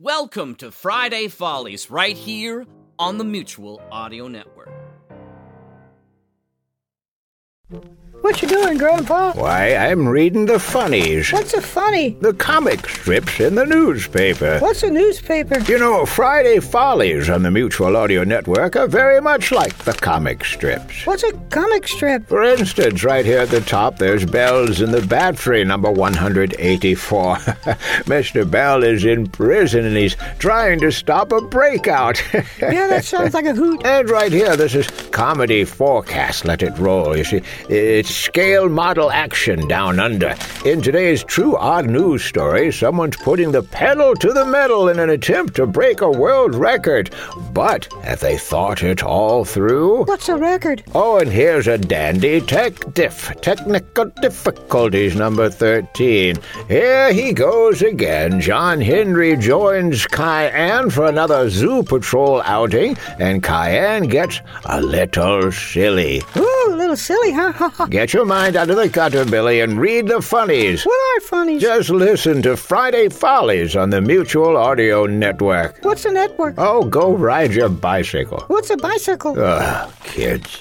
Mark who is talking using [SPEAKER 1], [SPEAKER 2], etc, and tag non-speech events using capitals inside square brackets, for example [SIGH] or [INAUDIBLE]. [SPEAKER 1] Welcome to Friday Follies, right here on the Mutual Audio Network.
[SPEAKER 2] What you doing, Grandpa?
[SPEAKER 3] Why, I'm reading the funnies.
[SPEAKER 2] What's a funny?
[SPEAKER 3] The comic strips in the newspaper.
[SPEAKER 2] What's a newspaper?
[SPEAKER 3] You know, Friday Follies on the Mutual Audio Network are very much like the comic strips.
[SPEAKER 2] What's a comic strip?
[SPEAKER 3] For instance, right here at the top, there's Bell's in the Battery, number [LAUGHS] 184. Mr. Bell is in prison and he's trying to stop a breakout. [LAUGHS]
[SPEAKER 2] Yeah, that sounds like a hoot.
[SPEAKER 3] And right here, this is Comedy Forecast. Let it roll. You see, it's scale model action down under. In today's true odd news story, someone's putting the pedal to the metal in an attempt to break a world record. But have they thought it all through?
[SPEAKER 2] What's a record?
[SPEAKER 3] Oh, and here's a dandy tech diff. Technical difficulties number 13. Here he goes again. John Henry joins Cayenne for another zoo patrol outing, and Cayenne gets a little silly.
[SPEAKER 2] Ooh, a little silly, huh? Ha, ha.
[SPEAKER 3] Get your mind out of the gutter, Billy, and read the funnies.
[SPEAKER 2] what are funnies?
[SPEAKER 3] Just listen to Friday Follies on the Mutual Audio Network.
[SPEAKER 2] What's a network?
[SPEAKER 3] Oh, go ride your bicycle.
[SPEAKER 2] What's a bicycle?
[SPEAKER 3] Ugh, kids.